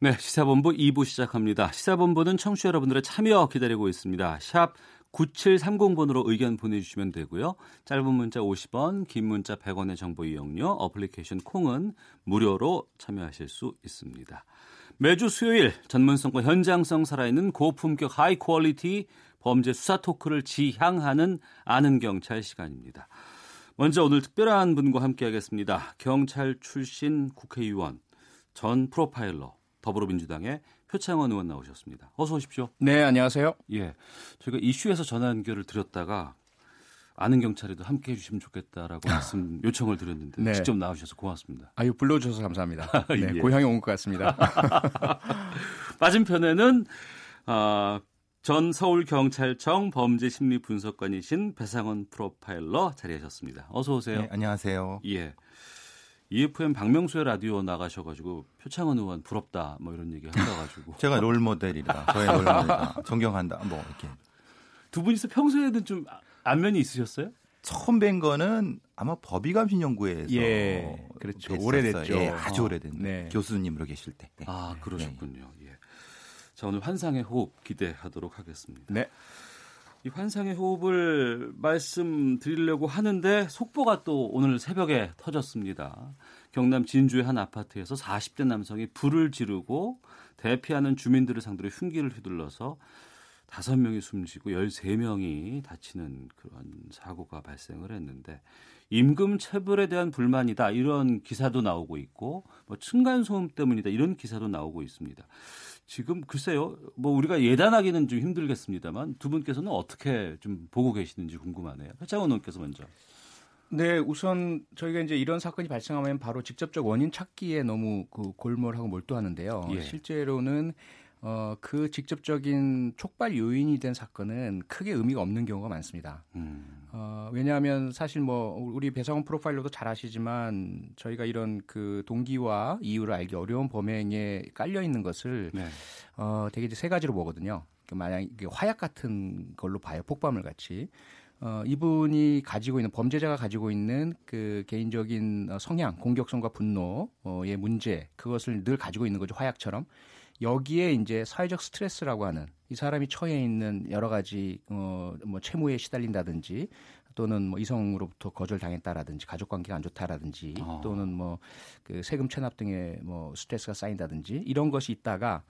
네, 시사본부 2부 시작합니다. 시사본부는 청취자 여러분들의 참여 기다리고 있습니다. 샵 9730번으로 의견 보내주시면 되고요. 짧은 문자 50원, 긴 문자 100원의 정보 이용료, 어플리케이션 콩은 무료로 참여하실 수 있습니다. 매주 수요일 전문성과 현장성 살아있는 고품격 하이 퀄리티 범죄 수사 토크를 지향하는 아는 경찰 시간입니다. 먼저 오늘 특별한 분과 함께하겠습니다. 경찰 출신 국회의원 전 프로파일러 더불어민주당의 표창원 의원 나오셨습니다. 어서 오십시오. 네, 안녕하세요. 예, 저희가 이슈에서 전화 연결을 드렸다가 아는 경찰에도 함께해 주시면 좋겠다라고 말씀 요청을 드렸는데 네. 직접 나오셔서 고맙습니다. 아유, 불러주셔서 감사합니다. 네, 예. 고향에 온 것 같습니다. 맞은편에는 아, 전 서울경찰청 범죄심리분석관이신 배상원 프로파일러 자리하셨습니다. 어서 오세요. 네, 안녕하세요. 예. EFM 박명수의 라디오 나가셔가지고 표창원 의원 부럽다 뭐 이런 얘기 하셔가지고 제가 롤 모델이다. 저의 롤 모델이다. 존경한다. 뭐 이렇게. 두 분이서 평소에는 좀 아- 안면이 있으셨어요? 처음 뵌 거는 아마 법의감신연구회에서 예, 그렇죠. 뵀었어요. 오래됐죠. 예, 아주 오래된 네. 교수님으로 계실 때. 예. 아 그러셨군요. 예. 자 오늘 환상의 호흡 기대하도록 하겠습니다. 네. 이 환상의 호흡을 말씀드리려고 하는데 속보가 또 오늘 새벽에 터졌습니다. 경남 진주의 한 아파트에서 40대 남성이 불을 지르고 대피하는 주민들을 상대로 흉기를 휘둘러서 5명이 숨지고 13명이 다치는 그런 사고가 발생을 했는데 임금 체불에 대한 불만이다 이런 기사도 나오고 있고 뭐 층간 소음 때문이다 이런 기사도 나오고 있습니다. 지금 글쎄요, 뭐 우리가 예단하기는 좀 힘들겠습니다만 두 분께서는 어떻게 좀 보고 계시는지 궁금하네요. 회장원 의원께서 먼저. 네, 우선 저희가 이제 이런 사건이 발생하면 바로 직접적 원인 찾기에 너무 그 골몰하고 몰두하는데요. 예. 실제로는 어, 그 직접적인 촉발 요인이 된 사건은 크게 의미가 없는 경우가 많습니다. 음, 어, 왜냐하면 사실 뭐 우리 배상훈 프로파일러도 잘 아시지만 저희가 이런 그 동기와 이유를 알기 어려운 범행에 깔려 있는 것을 네. 어, 되게 이제 세 가지로 보거든요. 그 만약 이게 화약 같은 걸로 봐요. 폭발물 같이. 어, 이분이 가지고 있는 범죄자가 가지고 있는 그 개인적인 어, 성향, 공격성과 분노의 문제 그것을 늘 가지고 있는 거죠. 화약처럼. 여기에 이제 사회적 스트레스라고 하는 이 사람이 처해 있는 여러 가지 어뭐 채무에 시달린다든지 또는 뭐 이성으로부터 거절당했다라든지 가족 관계가 안 좋다라든지 어. 또는 뭐 그 세금 체납 등의 뭐 스트레스가 쌓인다든지 이런 것이 있다가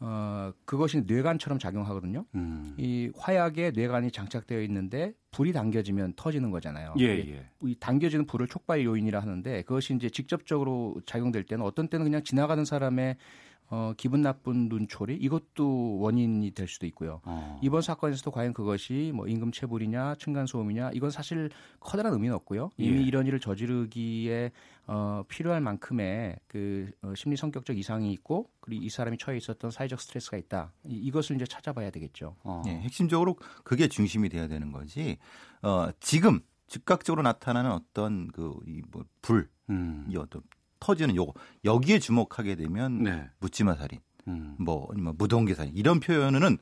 어 그것이 뇌관처럼 작용하거든요. 음. 이 화약에 뇌관이 장착되어 있는데 불이 당겨지면 터지는 거잖아요. 예, 예. 이 당겨지는 불을 촉발 요인이라 하는데 그것이 이제 직접적으로 작용될 때는 어떤 때는 그냥 지나가는 사람의 어, 기분 나쁜 눈초리 이것도 원인이 될 수도 있고요. 어. 이번 사건에서도 과연 그것이 뭐 임금 체불이냐 층간 소음이냐 이건 사실 커다란 의미는 없고요. 예. 이미 이런 일을 저지르기에 어, 필요할 만큼의 그 어, 심리 성격적 이상이 있고 그리고 이 사람이 처해 있었던 사회적 스트레스가 있다. 이, 이것을 이제 찾아봐야 되겠죠. 어. 예, 핵심적으로 그게 중심이 돼야 되는 거지. 어, 지금 즉각적으로 나타나는 어떤 그이불이 음. 어떤 터지는 요거 여기에 주목하게 되면 네. 묻지마 살인, 음. 뭐 아니면 무동기 살인 이런 표현은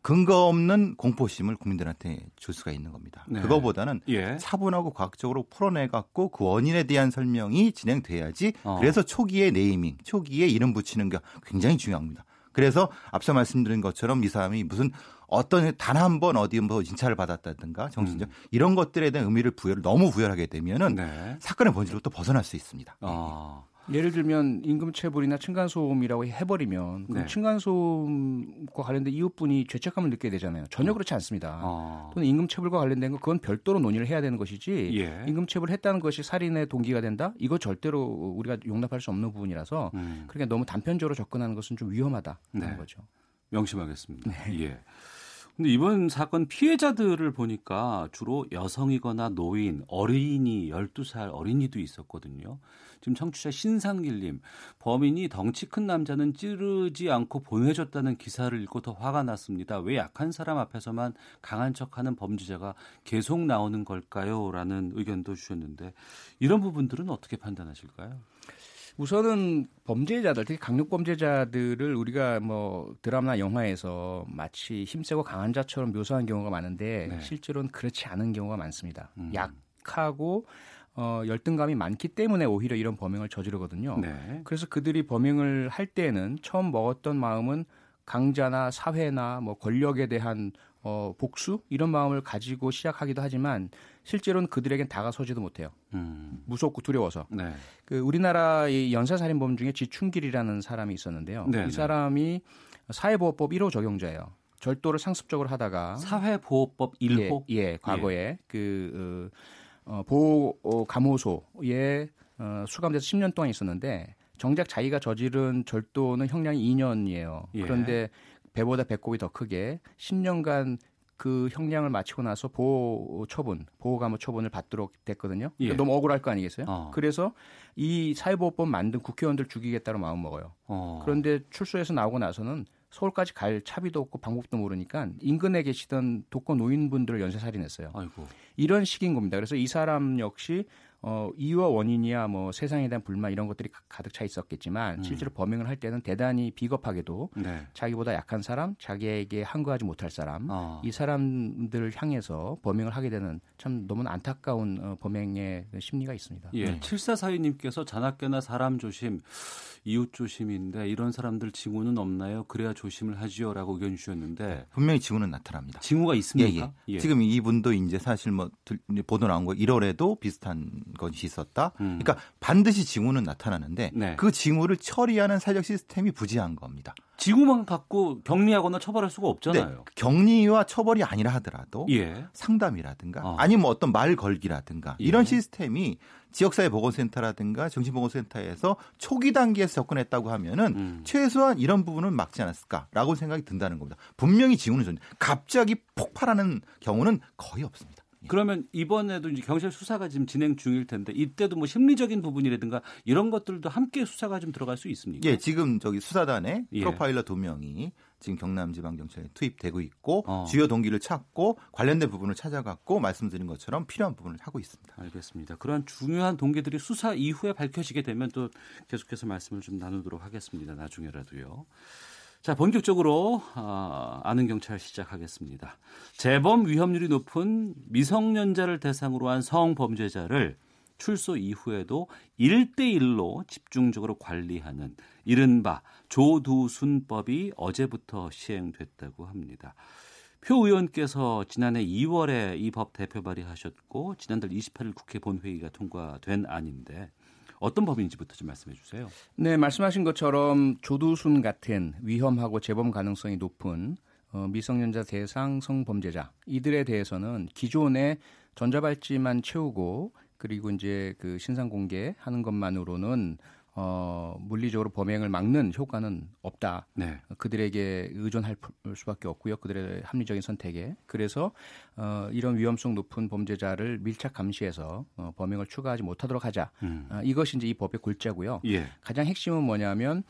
근거 없는 공포심을 국민들한테 줄 수가 있는 겁니다. 네. 그거보다는 예. 차분하고 과학적으로 풀어내갖고 그 원인에 대한 설명이 진행돼야지 어. 그래서 초기에 네이밍, 초기에 이름 붙이는 게 굉장히 중요합니다. 그래서 앞서 말씀드린 것처럼 이 사람이 무슨 어떤 단 한 번 어디 뭐 인차를 받았다든가 정신적 이런 것들에 대한 의미를 부여를 너무 부여하게 되면은 음. 네. 사건의 본질로 또 벗어날 수 있습니다. 어. 예를 들면 임금체불이나 층간소음이라고 해버리면 그럼 네. 층간소음과 관련된 이웃분이 죄책감을 느끼게 되잖아요. 전혀 그렇지 않습니다. 어. 또는 임금체불과 관련된 건 그건 별도로 논의를 해야 되는 것이지 예. 임금체불 했다는 것이 살인의 동기가 된다? 이거 절대로 우리가 용납할 수 없는 부분이라서 음. 그러니까 너무 단편적으로 접근하는 것은 좀 위험하다는 네. 거죠. 명심하겠습니다. 예. 근데 이번 사건 피해자들을 보니까 주로 여성이거나 노인, 어린이, 12살 어린이도 있었거든요. 지금 청취자 신상길님, 범인이 덩치 큰 남자는 찌르지 않고 보내줬다는 기사를 읽고 더 화가 났습니다. 왜 약한 사람 앞에서만 강한 척하는 범죄자가 계속 나오는 걸까요? 라는 의견도 주셨는데 이런 부분들은 어떻게 판단하실까요? 우선은 범죄자들 특히 강력 범죄자들을 우리가 뭐 드라마나 영화에서 마치 힘세고 강한 자처럼 묘사한 경우가 많은데 네. 실제로는 그렇지 않은 경우가 많습니다. 음. 약하고 어, 열등감이 많기 때문에 오히려 이런 범행을 저지르거든요. 네. 그래서 그들이 범행을 할 때에는 처음 먹었던 마음은 강자나 사회나 뭐 권력에 대한 어, 복수 이런 마음을 가지고 시작하기도 하지만 실제로는 그들에겐 다가서지도 못해요. 음. 무섭고 두려워서. 네. 그 우리나라의 연쇄살인범 중에 지충길이라는 사람이 있었는데요. 네, 네. 이 사람이 사회보호법 1호 적용자예요. 절도를 상습적으로 하다가 사회보호법 1호 예, 예, 과거에 그 어, 어, 보호 어, 감호소에 어, 수감돼서 10년 동안 있었는데 정작 자기가 저지른 절도는 형량이 2년이에요. 예. 그런데 배보다 배꼽이 더 크게 10년간 그 형량을 마치고 나서 보호 처분, 보호 감호 처분을 받도록 됐거든요. 예. 너무 억울할 거 아니겠어요? 어. 그래서 이 사회보호법 만든 국회의원들 죽이겠다로 마음 먹어요. 어. 그런데 출소해서 나오고 나서는 서울까지 갈 차비도 없고 방법도 모르니까 인근에 계시던 독거 노인분들을 연쇄살인했어요. 아이고. 이런 식인 겁니다. 그래서 이 사람 역시 어, 이유와 원인이야 뭐 세상에 대한 불만 이런 것들이 가- 가득 차 음. 있었겠지만 실제로 범행을 할 때는 대단히 비겁하게도 네. 자기보다 약한 사람, 자기에게 항거하지 못할 사람 어. 이 사람들을 향해서 범행을 하게 되는 참 너무 나 안타까운 어, 범행의 심리가 있습니다. 예, 네. 7442님께서 자나깨나 사람 조심, 이웃 조심인데 이런 사람들 징후는 없나요? 그래야 조심을 하지요라고 의견 주셨는데 분명히 지구는 나타납니다. 징후가 있습니까? 네. 예, 예. 지금 이분도 이제 사실 뭐 들- 보도 나온 거 1월에도 비슷한 것이 있었다. 음. 그러니까 반드시 징후는 나타나는데 네. 그 징후를 처리하는 사회적 시스템이 부재한 겁니다. 징후만 갖고 격리하거나 처벌할 수가 근데 없잖아요. 격리와 처벌이 아니라 하더라도 예. 상담이라든가 어. 아니면 어떤 말 걸기라든가 예. 이런 시스템이 지역사회 보건센터라든가 정신보건센터에서 초기 단계에서 접근했다고 하면은 음. 최소한 이런 부분은 막지 않았을까라고 생각이 든다는 겁니다. 분명히 징후는 존재. 갑자기 폭발하는 경우는 거의 없습니다. 예. 그러면 이번에도 이제 경찰 수사가 지금 진행 중일 텐데 이때도 뭐 심리적인 부분이라든가 이런 것들도 함께 수사가 좀 들어갈 수 있습니까? 예, 지금 저기 수사단에 예. 프로파일러 두 명이 지금 경남지방경찰에 투입되고 있고 어. 주요 동기를 찾고 관련된 부분을 찾아갔고 말씀드린 것처럼 필요한 부분을 하고 있습니다. 알겠습니다. 그러한 중요한 동기들이 수사 이후에 밝혀지게 되면 또 계속해서 말씀을 좀 나누도록 하겠습니다. 나중에라도요. 자, 본격적으로 아, 아는 경찰 시작하겠습니다. 재범 위험률이 높은 미성년자를 대상으로 한 성범죄자를 출소 이후에도 일대일로 집중적으로 관리하는 이른바 조두순법이 어제부터 시행됐다고 합니다. 표 의원께서 지난해 2월에 이 법 대표 발의하셨고 지난달 28일 국회 본회의가 통과된 안인데 어떤 법인지부터 좀 말씀해 주세요. 네, 말씀하신 것처럼 조두순 같은 위험하고 재범 가능성이 높은 어, 미성년자 대상 성범죄자 이들에 대해서는 기존에 전자발찌만 채우고 그리고 이제 그 신상 공개하는 것만으로는 어, 물리적으로 범행을 막는 효과는 없다. 네. 그들에게 의존할 수밖에 없고요. 그들의 합리적인 선택에. 그래서 어, 이런 위험성 높은 범죄자를 밀착 감시해서 어, 범행을 추가하지 못하도록 하자. 음. 아, 이것이 이제 이 법의 골자고요. 예. 가장 핵심은 뭐냐면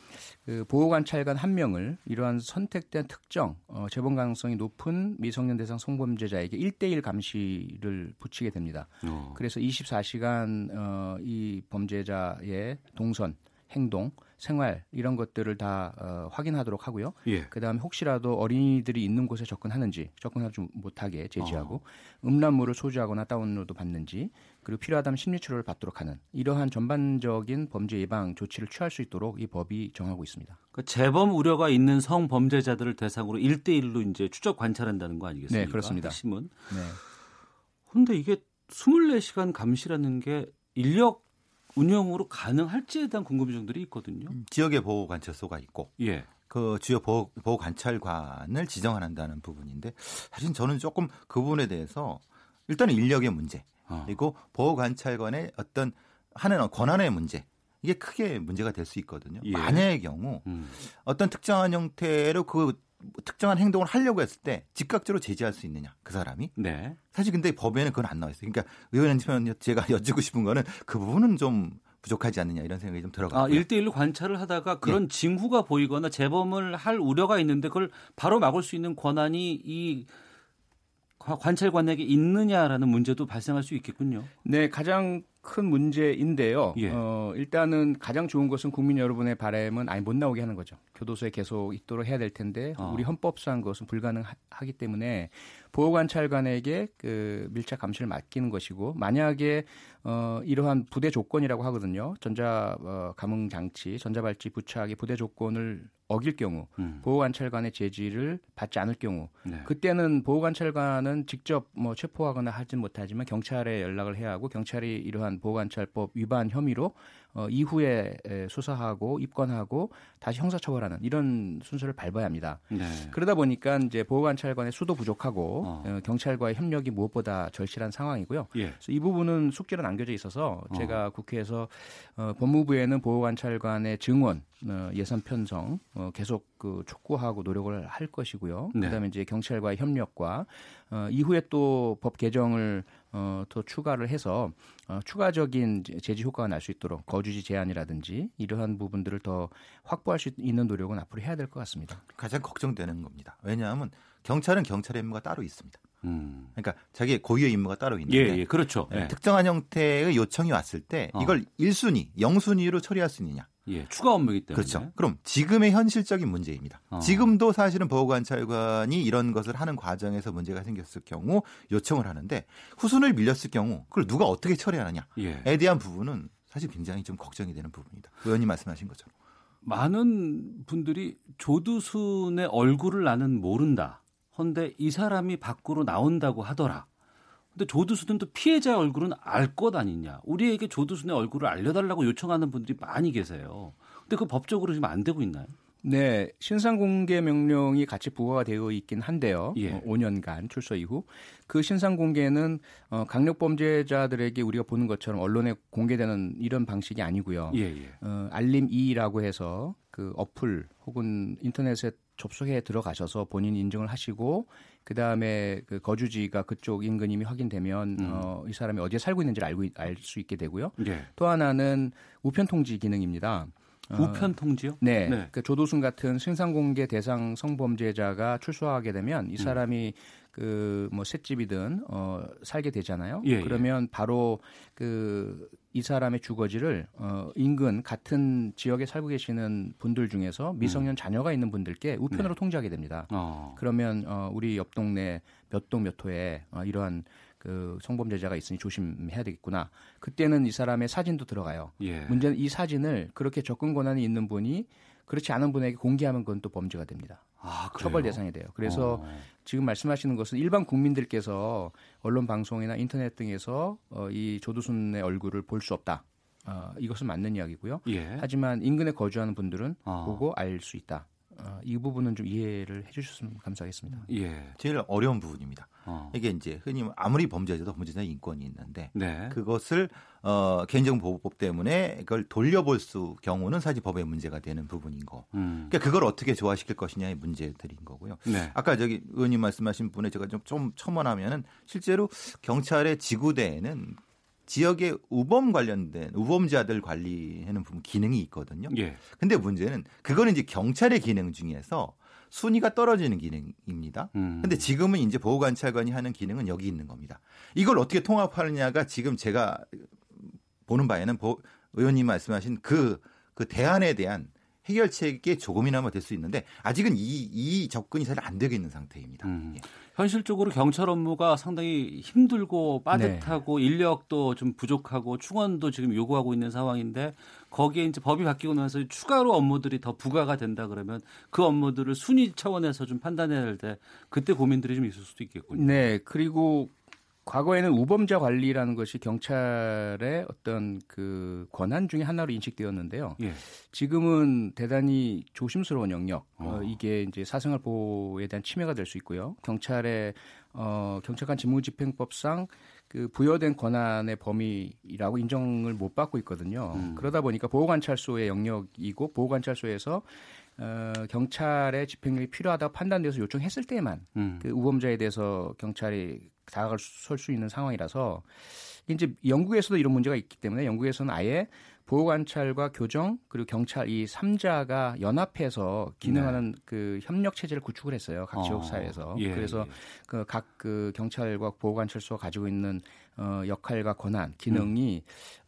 그 보호관찰관 한 명을 이러한 선택된 특정 어, 재범 가능성이 높은 미성년 대상 성범죄자에게 1대1 감시를 붙이게 됩니다. 어. 그래서 24시간 어, 이 범죄자의 동선, 행동, 생활 이런 것들을 다 어, 확인하도록 하고요. 예. 그다음에 혹시라도 어린이들이 있는 곳에 접근하는지 접근하지 못하게 제지하고 어. 음란물을 소지하거나 다운로드 받는지 그리고 필요하다면 심리 치료를 받도록 하는 이러한 전반적인 범죄 예방 조치를 취할 수 있도록 이 법이 정하고 있습니다. 그러니까 재범 우려가 있는 성범죄자들을 대상으로 일대일로 이제 추적 관찰한다는 거 아니겠습니까? 네, 그렇습니다. 핵심은. 네. 근데 이게 24시간 감시라는 게 인력 운영으로 가능할지에 대한 궁금증들이 있거든요. 지역의 보호 관찰소가 있고 예. 그 주요 보호, 보호 관찰관을 지정한다는 부분인데 사실 저는 조금 그 부분에 대해서 일단은 인력의 문제 어. 그리고 보호 관찰관의 어떤 하는 권한의 문제 이게 크게 문제가 될 수 있거든요. 예. 만약의 경우 음. 어떤 특정한 형태로 그 특정한 행동을 하려고 했을 때 즉각적으로 제지할 수 있느냐 그 사람이 네. 사실 근데 법에는 그건 안 나와 있어요. 그러니까 의원 측면 제가 여쭙고 싶은 거는 그 부분은 좀 부족하지 않느냐 이런 생각이 좀 들어가고요. 아, 일대일로 관찰을 하다가 그런 징후가 보이거나 재범을 할 우려가 있는데 그걸 바로 막을 수 있는 권한이 이 과- 관찰관에게 있느냐라는 문제도 발생할 수 있겠군요. 네, 가장 큰 문제인데요. 예. 어, 일단은 가장 좋은 것은 국민 여러분의 바람은 아예 못 나오게 하는 거죠. 교도소에 계속 있도록 해야 될 텐데 아. 우리 헌법상 그것은 불가능하기 때문에 보호관찰관에게 그 밀착 감시를 맡기는 것이고 만약에 어, 이러한 부대 조건이라고 하거든요. 전자 어, 감응 장치, 전자발찌 부착의 부대 조건을 어길 경우 음. 보호관찰관의 제지를 받지 않을 경우 네. 그때는 보호관찰관은 직접 뭐 체포하거나 하진 못하지만 경찰에 연락을 해야 하고 경찰이 이러한 보호관찰법 위반 혐의로 어, 이후에 에, 수사하고 입건하고 다시 형사처벌하는 이런 순서를 밟아야 합니다. 네. 그러다 보니까 이제 보호관찰관의 수도 부족하고 어. 어, 경찰과의 협력이 무엇보다 절실한 상황이고요. 예. 그래서 이 부분은 숙제로 남겨져 있어서 제가 국회에서 어, 법무부에는 보호관찰관의 증원 어, 예산 편성 어, 계속 그 촉구하고 노력을 할 것이고요. 네. 그다음에 이제 경찰과의 협력과 어, 이후에 또 법 개정을 어, 더 추가를 해서 어, 추가적인 제- 제지 효과가 날 수 있도록 거주지 제한이라든지 이러한 부분들을 더 확보할 수 있는 노력은 앞으로 해야 될 것 같습니다. 가장 걱정되는 겁니다. 왜냐하면 경찰은 경찰의 임무가 따로 있습니다. 음. 그러니까 자기 고유의 임무가 따로 예, 있는데 예, 그렇죠. 예, 예. 특정한 형태의 요청이 왔을 때 어. 이걸 1순위, 0순위로 처리할 수 있느냐. 예, 추가 업무이기 때문에. 그렇죠. 그럼 지금의 현실적인 문제입니다. 어. 지금도 사실은 보호관찰관이 이런 것을 하는 과정에서 문제가 생겼을 경우 요청을 하는데 후순위를 밀렸을 경우 그걸 누가 어떻게 처리하느냐에 예. 대한 부분은 사실 굉장히 좀 걱정이 되는 부분이다. 의원님 말씀하신 것처럼. 많은 분들이 조두순의 얼굴을 나는 모른다. 헌데 이 사람이 밖으로 나온다고 하더라. 근데 조두순은 또 피해자의 얼굴은 알 것 아니냐. 우리에게 조두순의 얼굴을 알려달라고 요청하는 분들이 많이 계세요. 근데 그 법적으로 지금 안 되고 있나요? 네, 신상 공개 명령이 같이 부과가 되어 있긴 한데요. 예. 어, 5년간 출소 이후 그 신상 공개는 어, 강력 범죄자들에게 우리가 보는 것처럼 언론에 공개되는 이런 방식이 아니고요. 예, 예. 어, 알림 2라고 해서 그 어플 혹은 인터넷에 접속해 들어가셔서 본인 인증을 하시고 그다음에 그 거주지가 그쪽 인근임이 확인되면 음. 어, 이 사람이 어디에 살고 있는지를 알고 알 수 있게 되고요. 예. 또 하나는 우편 통지 기능입니다. 어, 우편 통지요? 네. 네. 그러니까 조도순 같은 신상공개 대상 성범죄자가 출소하게 음. 되면 이 사람이 그 뭐 셋집이든 어 살게 되잖아요. 예, 예. 그러면 바로 그 이 사람의 주거지를 어 인근 같은 지역에 살고 계시는 분들 중에서 미성년 자녀가 있는 분들께 우편으로 통지하게 됩니다. 음. 네. 어. 그러면 어 우리 옆 동네 몇 동 몇 호에 어, 이러한 그 성범죄자가 있으니 조심해야 되겠구나. 그때는 이 사람의 사진도 들어가요. 예. 문제는 이 사진을 그렇게 접근 권한이 있는 분이 그렇지 않은 분에게 공개하면 그건 또 범죄가 됩니다. 아, 그래요? 처벌 대상이 돼요. 그래서 어. 지금 말씀하시는 것은 일반 국민들께서 언론 방송이나 인터넷 등에서 어, 이 조두순의 얼굴을 볼 수 없다. 어, 이것은 맞는 이야기고요. 예. 하지만 인근에 거주하는 분들은 아. 보고 알 수 있다. 어, 이 부분은 좀 이해를 해주셨으면 감사하겠습니다. 예. 제일 어려운 부분입니다. 어. 이게 이제 흔히 아무리 범죄자도 범죄자 인권이 있는데 네. 그것을 어, 개인정보보호법 때문에 그걸 돌려볼 수 경우는 사실 법의 문제가 되는 부분인 거. 음. 그러니까 그걸 어떻게 조화시킬 것이냐의 문제들인 거고요. 네. 아까 저기 의원님 말씀하신 분에 제가 좀, 좀 첨언하면은 실제로 경찰의 지구대에는 지역의 우범 관련된 우범자들 관리하는 부분 기능이 있거든요. 예. 근데 문제는 그거는 이제 경찰의 기능 중에서 순위가 떨어지는 기능입니다. 음. 근데 지금은 이제 보호관찰관이 하는 기능은 여기 있는 겁니다. 이걸 어떻게 통합하느냐가 지금 제가 보는 바에는 보- 의원님 말씀하신 그, 그 대안에 대한 해결책이 조금이나마 될 수 있는데 아직은 이, 이 접근이 잘 안 되고 있는 상태입니다. 음. 예. 현실적으로 경찰 업무가 상당히 힘들고 빠듯하고 인력도 좀 부족하고 충원도 지금 요구하고 있는 상황인데 거기에 이제 법이 바뀌고 나서 추가로 업무들이 더 부과가 된다 그러면 그 업무들을 순위 차원에서 좀 판단해야 될 때 그때 고민들이 좀 있을 수도 있겠군요. 네, 그리고 과거에는 우범자 관리라는 것이 경찰의 어떤 그 권한 중에 하나로 인식되었는데요. 예. 지금은 대단히 조심스러운 영역. 어, 어. 이게 이제 사생활 보호에 대한 침해가 될 수 있고요. 경찰의 어, 경찰관 직무집행법상 그 부여된 권한의 범위라고 인정을 못 받고 있거든요. 그러다 보니까 보호관찰소의 영역이고 보호관찰소에서 어, 경찰의 집행력이 필요하다고 판단돼서 요청했을 때만 음. 그 우범자에 대해서 경찰이 다가갈 수- 설수 있는 상황이라서 이게 이제 영국에서도 이런 문제가 있기 때문에 영국에서는 아예 보호관찰과 교정 그리고 경찰 이삼자가 연합해서 기능하는 그 협력 체제를 구축을 했어요. 각 네. 어, 지역 사회에서. 예, 그래서 예. 그 각 그 경찰과 보호관찰소가 가지고 있는 어 역할과 권한, 음. 기능이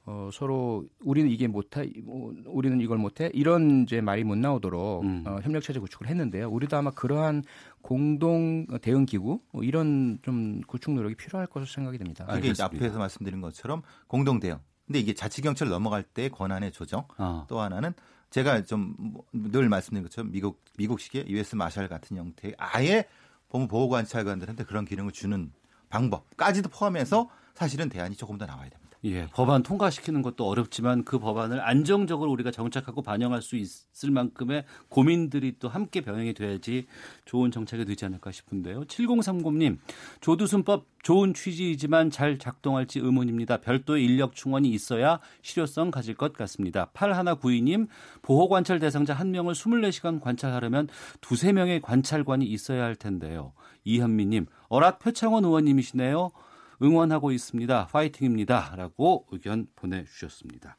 어 서로 우리는 이게 못해 뭐, 우리는 이걸 못해 이런 이제 말이 못 나오도록 음. 어, 협력 체제 구축을 했는데요. 우리도 아마 그러한 공동 대응 기구 뭐 이런 좀 구축 노력이 필요할 것으로 생각이 됩니다. 아, 이게 이제 알겠습니다. 앞에서 말씀드린 것처럼 공동 대응. 근데 이게 자치 경찰 넘어갈 때 권한의 조정. 아, 또 하나는 제가 좀 늘 말씀드린 것처럼 미국 미국식의 U.S. 마샬 같은 형태의 아예 법무 보호관찰관들한테 그런 기능을 주는 방법까지도 포함해서 사실은 대안이 조금 더 나와야 됩니다. 예, 법안 통과시키는 것도 어렵지만 그 법안을 안정적으로 우리가 정착하고 반영할 수 있을 만큼의 고민들이 또 함께 병행이 돼야지 좋은 정책이 되지 않을까 싶은데요. 7030님, 조두순법 좋은 취지이지만 잘 작동할지 의문입니다. 별도의 인력 충원이 있어야 실효성 가질 것 같습니다. 8192님, 보호관찰 대상자 한명을 24시간 관찰하려면 두세 명의 관찰관이 있어야 할 텐데요. 이현미님, 어랏 표창원 의원님이시네요. 응원하고 있습니다. 파이팅입니다. 라고 의견 보내주셨습니다.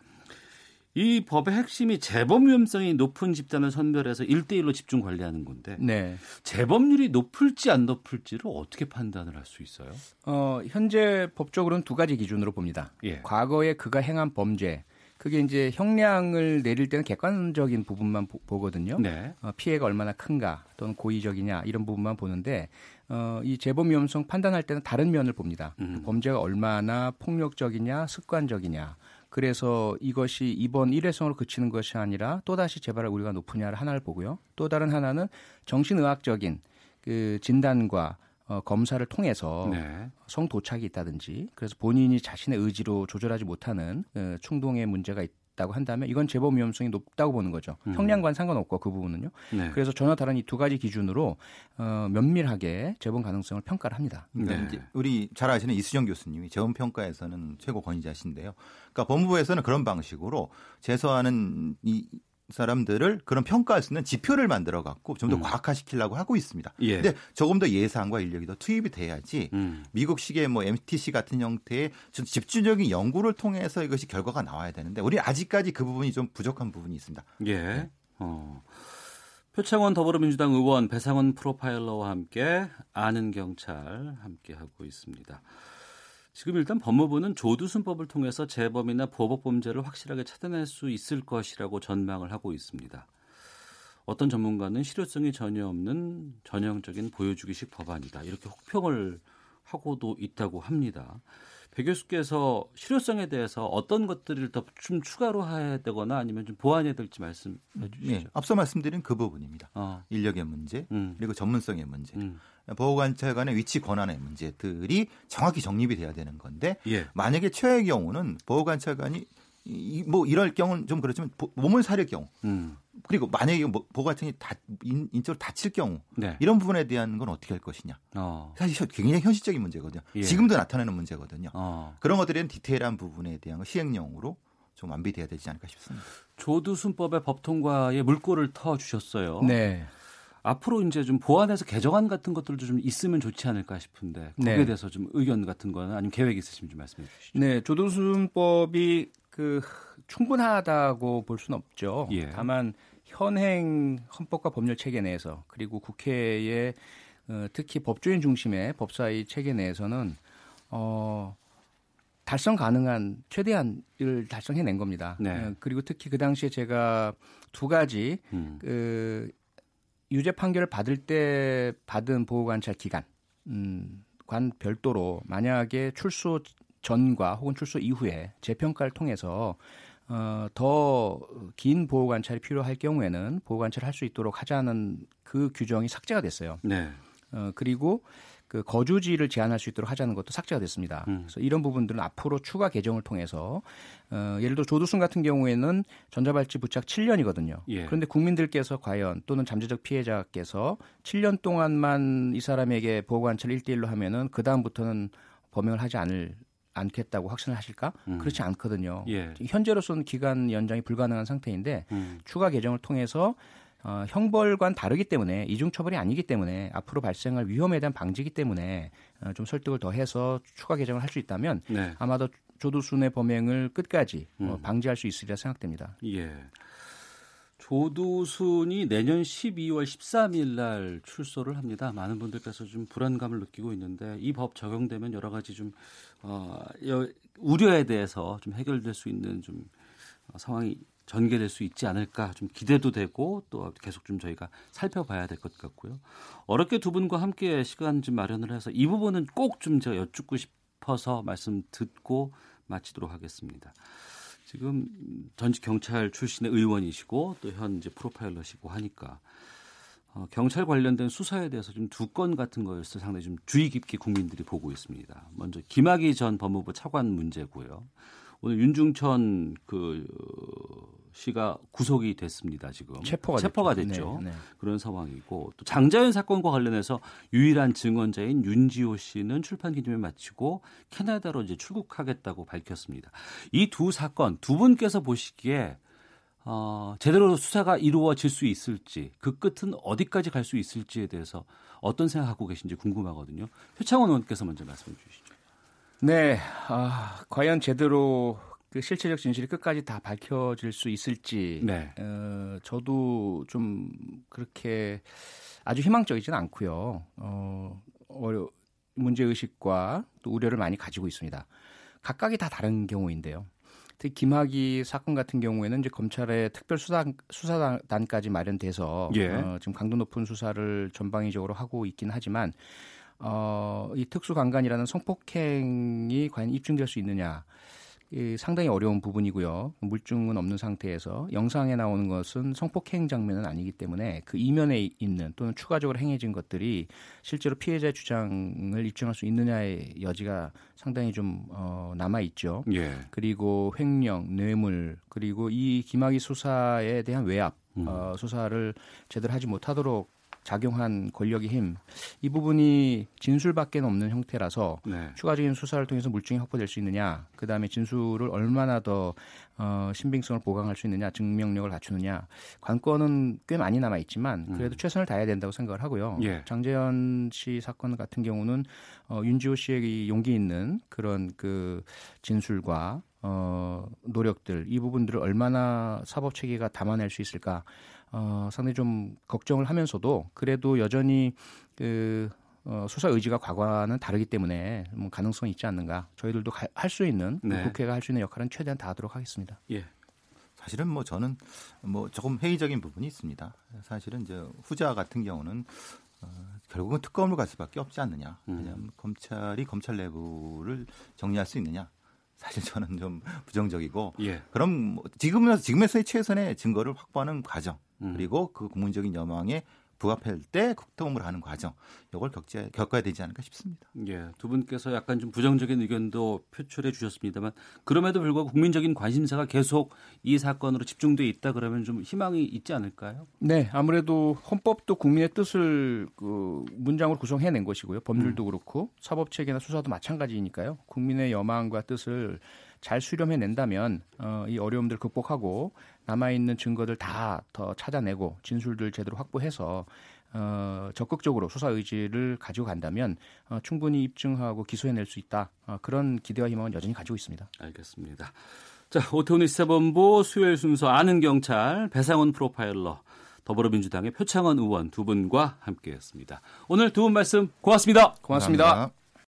이 법의 핵심이 재범 위험성이 높은 집단을 선별해서 일대일로 집중 관리하는 건데 네. 재범률이 높을지 안 높을지를 어떻게 판단을 할 수 있어요? 어, 현재 법적으로는 두 가지 기준으로 봅니다. 예. 과거에 그가 행한 범죄. 그게 이제 형량을 내릴 때는 객관적인 부분만 보, 거든요 네. 어, 피해가 얼마나 큰가 또는 고의적이냐 이런 부분만 보는데 어, 이 재범 위험성 판단할 때는 다른 면을 봅니다. 그 범죄가 얼마나 폭력적이냐 습관적이냐 그래서 이것이 이번 일회성으로 그치는 것이 아니라 또다시 재발할 우려가 높으냐를 하나를 보고요. 또 다른 하나는 정신의학적인 그 진단과 어, 검사를 통해서 네. 성도착이 있다든지 그래서 본인이 자신의 의지로 조절하지 못하는 어, 충동의 문제가 있다고 한다면 이건 재범 위험성이 높다고 보는 거죠. 형량과는 상관없고 그 부분은요. 네. 그래서 전혀 다른 이 두 가지 기준으로 어, 면밀하게 재범 가능성을 평가를 합니다. 그러니까 네. 이제 우리 잘 아시는 이수정 교수님이 재원 평가에서는 최고 권위자신데요. 그러니까 법무부에서는 그런 방식으로 재소하는 이 사람들을 그런 평가할 수 있는 지표를 만들어 갖고 좀 더 과학화시키려고 하고 있습니다. 음. 예. 근데 조금 더 예산과 인력이 더 투입이 돼야지 음. 미국식의 뭐 MTC 같은 형태의 좀 집중적인 연구를 통해서 이것이 결과가 나와야 되는데 우리 아직까지 그 부분이 좀 부족한 부분이 있습니다. 예. 어. 표창원 더불어민주당 의원 배상원 프로파일러와 함께 아는 경찰 함께 하고 있습니다. 지금 일단 법무부는 조두순법을 통해서 재범이나 보복 범죄를 확실하게 찾아낼 수 있을 것이라고 전망을 하고 있습니다. 어떤 전문가는 실효성이 전혀 없는 전형적인 보여주기식 법안이다 이렇게 혹평을 하고도 있다고 합니다. 배 교수께서 실효성에 대해서 어떤 것들을 더 좀 추가로 해야 되거나 아니면 좀 보완해야 될지 말씀해 주시죠. 예, 앞서 말씀드린 그 부분입니다. 어, 인력의 문제 음, 그리고 전문성의 문제 음, 보호관찰관의 위치 권한의 문제들이 정확히 정립이 돼야 되는 건데 예, 만약에 최의 경우는 보호관찰관이 이- 뭐 이럴 경우는 좀 그렇지만 보- 몸을 사릴 경우 음, 그리고 만약에 뭐- 보호관찰이 다 인, 인적으로 다칠 경우 네, 이런 부분에 대한 건 어떻게 할 것이냐 어, 사실 현- 굉장히 현실적인 문제거든요 예. 지금도 나타나는 문제거든요 어. 그런 것들에 대한 디테일한 부분에 대한 거 시행령으로 좀 완비돼야 되지 않을까 싶습니다. 조두순법의 법 통과에 물꼬를 터 주셨어요. 네. 앞으로 이제 좀 보완해서 개정안 같은 것들도 좀 있으면 좋지 않을까 싶은데 거기에 네. 대해서 좀 의견 같은 거나 아니면 계획 있으시면 좀 말씀해 주시죠. 네, 조두순법이 그 충분하다고 볼 수는 없죠. 예. 다만 현행 헌법과 법률 체계 내에서 그리고 국회의 어, 특히 법조인 중심의 법사위 체계 내에서는 어, 달성 가능한 최대한을 달성해낸 겁니다. 네. 어, 그리고 특히 그 당시에 제가 두 가지 음. 그 유죄 판결을 받을 때 받은 보호관찰 기간 음, 관 별도로 만약에 출소 전과 혹은 출소 이후에 재평가를 통해서 어, 더 긴 보호관찰이 필요할 경우에는 보호관찰을 할 수 있도록 하자는 그 규정이 삭제가 됐어요. 네. 어, 그리고 그 거주지를 제한할 수 있도록 하자는 것도 삭제가 됐습니다. 그래서 이런 부분들은 앞으로 추가 개정을 통해서 어, 예를 들어 조두순 같은 경우에는 전자발찌 부착 7년이거든요. 예. 그런데 국민들께서 과연 또는 잠재적 피해자께서 7년 동안만 이 사람에게 보호관찰 1대1로 하면은 그 다음부터는 범행을 하지 않을 않겠다고 확신을 하실까? 그렇지 않거든요. 예. 현재로서는 기간 연장이 불가능한 상태인데 음. 추가 개정을 통해서 어, 형벌과는 다르기 때문에 이중처벌이 아니기 때문에 앞으로 발생할 위험에 대한 방지기 때문에 어, 좀 설득을 더 해서 추가 개정을 할 수 있다면 네. 아마도 조두순의 범행을 끝까지 어, 음. 방지할 수 있으리라 생각됩니다. 예. 조두순이 내년 12월 13일 날 출소를 합니다. 많은 분들께서 좀 불안감을 느끼고 있는데 이 법 적용되면 여러 가지 좀 어, 여- 우려에 대해서 좀 해결될 수 있는 좀 어, 상황이 전개될 수 있지 않을까 좀 기대도 되고 또 계속 좀 저희가 살펴봐야 될 것 같고요. 어렵게 두 분과 함께 시간 좀 마련을 해서 이 부분은 꼭 좀 제가 여쭙고 싶어서 말씀 듣고 마치도록 하겠습니다. 지금 전직 경찰 출신의 의원이시고 또 현 이제 프로파일러시고 하니까 어, 경찰 관련된 수사에 대해서 좀 두 건 같은 거에서 상당히 좀 주의 깊게 국민들이 보고 있습니다. 먼저 김학의 전 법무부 차관 문제고요. 오늘 윤중천 그 씨가 구속이 됐습니다. 지금 체포가, 됐죠. 됐죠. 네, 네. 그런 상황이고 또 장자연 사건과 관련해서 유일한 증언자인 윤지호 씨는 출판 기념회 마치고 캐나다로 이제 출국하겠다고 밝혔습니다. 이 두 사건 두 분께서 보시기에 어, 제대로 수사가 이루어질 수 있을지 그 끝은 어디까지 갈 수 있을지에 대해서 어떤 생각하고 계신지 궁금하거든요. 표창원 의원께서 먼저 말씀해 주시죠. 네, 아, 과연 제대로 그 실체적 진실이 끝까지 다 밝혀질 수 있을지 네. 어, 저도 좀 그렇게 아주 희망적이지는 않고요. 어, 어려 문제 의식과 또 우려를 많이 가지고 있습니다. 각각이 다 다른 경우인데요. 특히 김학의 사건 같은 경우에는 이제 검찰의 특별 수사 수사단까지 마련돼서 예. 어, 지금 강도 높은 수사를 전방위적으로 하고 있긴 하지만 어, 이 특수강간이라는 성폭행이 과연 입증될 수 있느냐 이 상당히 어려운 부분이고요. 물증은 없는 상태에서 영상에 나오는 것은 성폭행 장면은 아니기 때문에 그 이면에 있는 또는 추가적으로 행해진 것들이 실제로 피해자의 주장을 입증할 수 있느냐의 여지가 상당히 좀 어, 남아 있죠. 예. 그리고 횡령, 뇌물, 그리고 이 김학의 수사에 대한 외압, 어, 수사를 제대로 하지 못하도록 작용한 권력의 힘, 이 부분이 진술밖에 없는 형태라서 네. 추가적인 수사를 통해서 물증이 확보될 수 있느냐, 그 다음에 진술을 얼마나 더 어, 신빙성을 보강할 수 있느냐, 증명력을 갖추느냐, 관건은 꽤 많이 남아 있지만 그래도 최선을 다해야 된다고 생각을 하고요. 음. 예. 장재현 씨 사건 같은 경우는 어, 윤지호 씨의 이 용기 있는 그런 그 진술과 어, 노력들 이 부분들을 얼마나 사법 체계가 담아낼 수 있을까 어, 상당히 좀 걱정을 하면서도 그래도 여전히 그 어, 수사 의지가 과거와는 다르기 때문에 뭐 가능성이 있지 않는가. 저희들도 할 수 있는 네. 국회가 할 수 있는 역할은 최대한 다하도록 하겠습니다. 예. 사실은 뭐 저는 뭐 조금 회의적인 부분이 있습니다. 사실은 이제 후자 같은 경우는 어, 결국은 특검을 갈 수밖에 없지 않느냐. 왜냐하면 검찰이 검찰 내부를 정리할 수 있느냐. 사실 저는 좀 부정적이고 예. 그럼 뭐 지금은 지금에서의 최선의 증거를 확보하는 과정 음. 그리고 그 국민적인 여망에 부합할 때 국통을 하는 과정 이걸 겪지, 겪어야 되지 않을까 싶습니다. 예, 두 분께서 약간 좀 부정적인 의견도 표출해 주셨습니다만 그럼에도 불구하고 국민적인 관심사가 계속 이 사건으로 집중돼 있다 그러면 좀 희망이 있지 않을까요? 네, 아무래도 헌법도 국민의 뜻을 그 문장으로 구성해낸 것이고요. 법률도 그렇고 사법 체계나 수사도 마찬가지니까요. 국민의 여망과 뜻을 잘 수렴해낸다면 어, 이 어려움들 극복하고 남아 있는 증거들 다 더 찾아내고 진술들 제대로 확보해서 어, 적극적으로 수사 의지를 가지고 간다면 어, 충분히 입증하고 기소해낼 수 있다. 어, 그런 기대와 희망은 여전히 가지고 있습니다. 알겠습니다. 자, 오태훈의 시사본부 수요일 순서 아는 경찰 배상훈 프로파일러 더불어민주당의 표창원 의원 두 분과 함께했습니다. 오늘 두 분 말씀 고맙습니다. 고맙습니다. 감사합니다.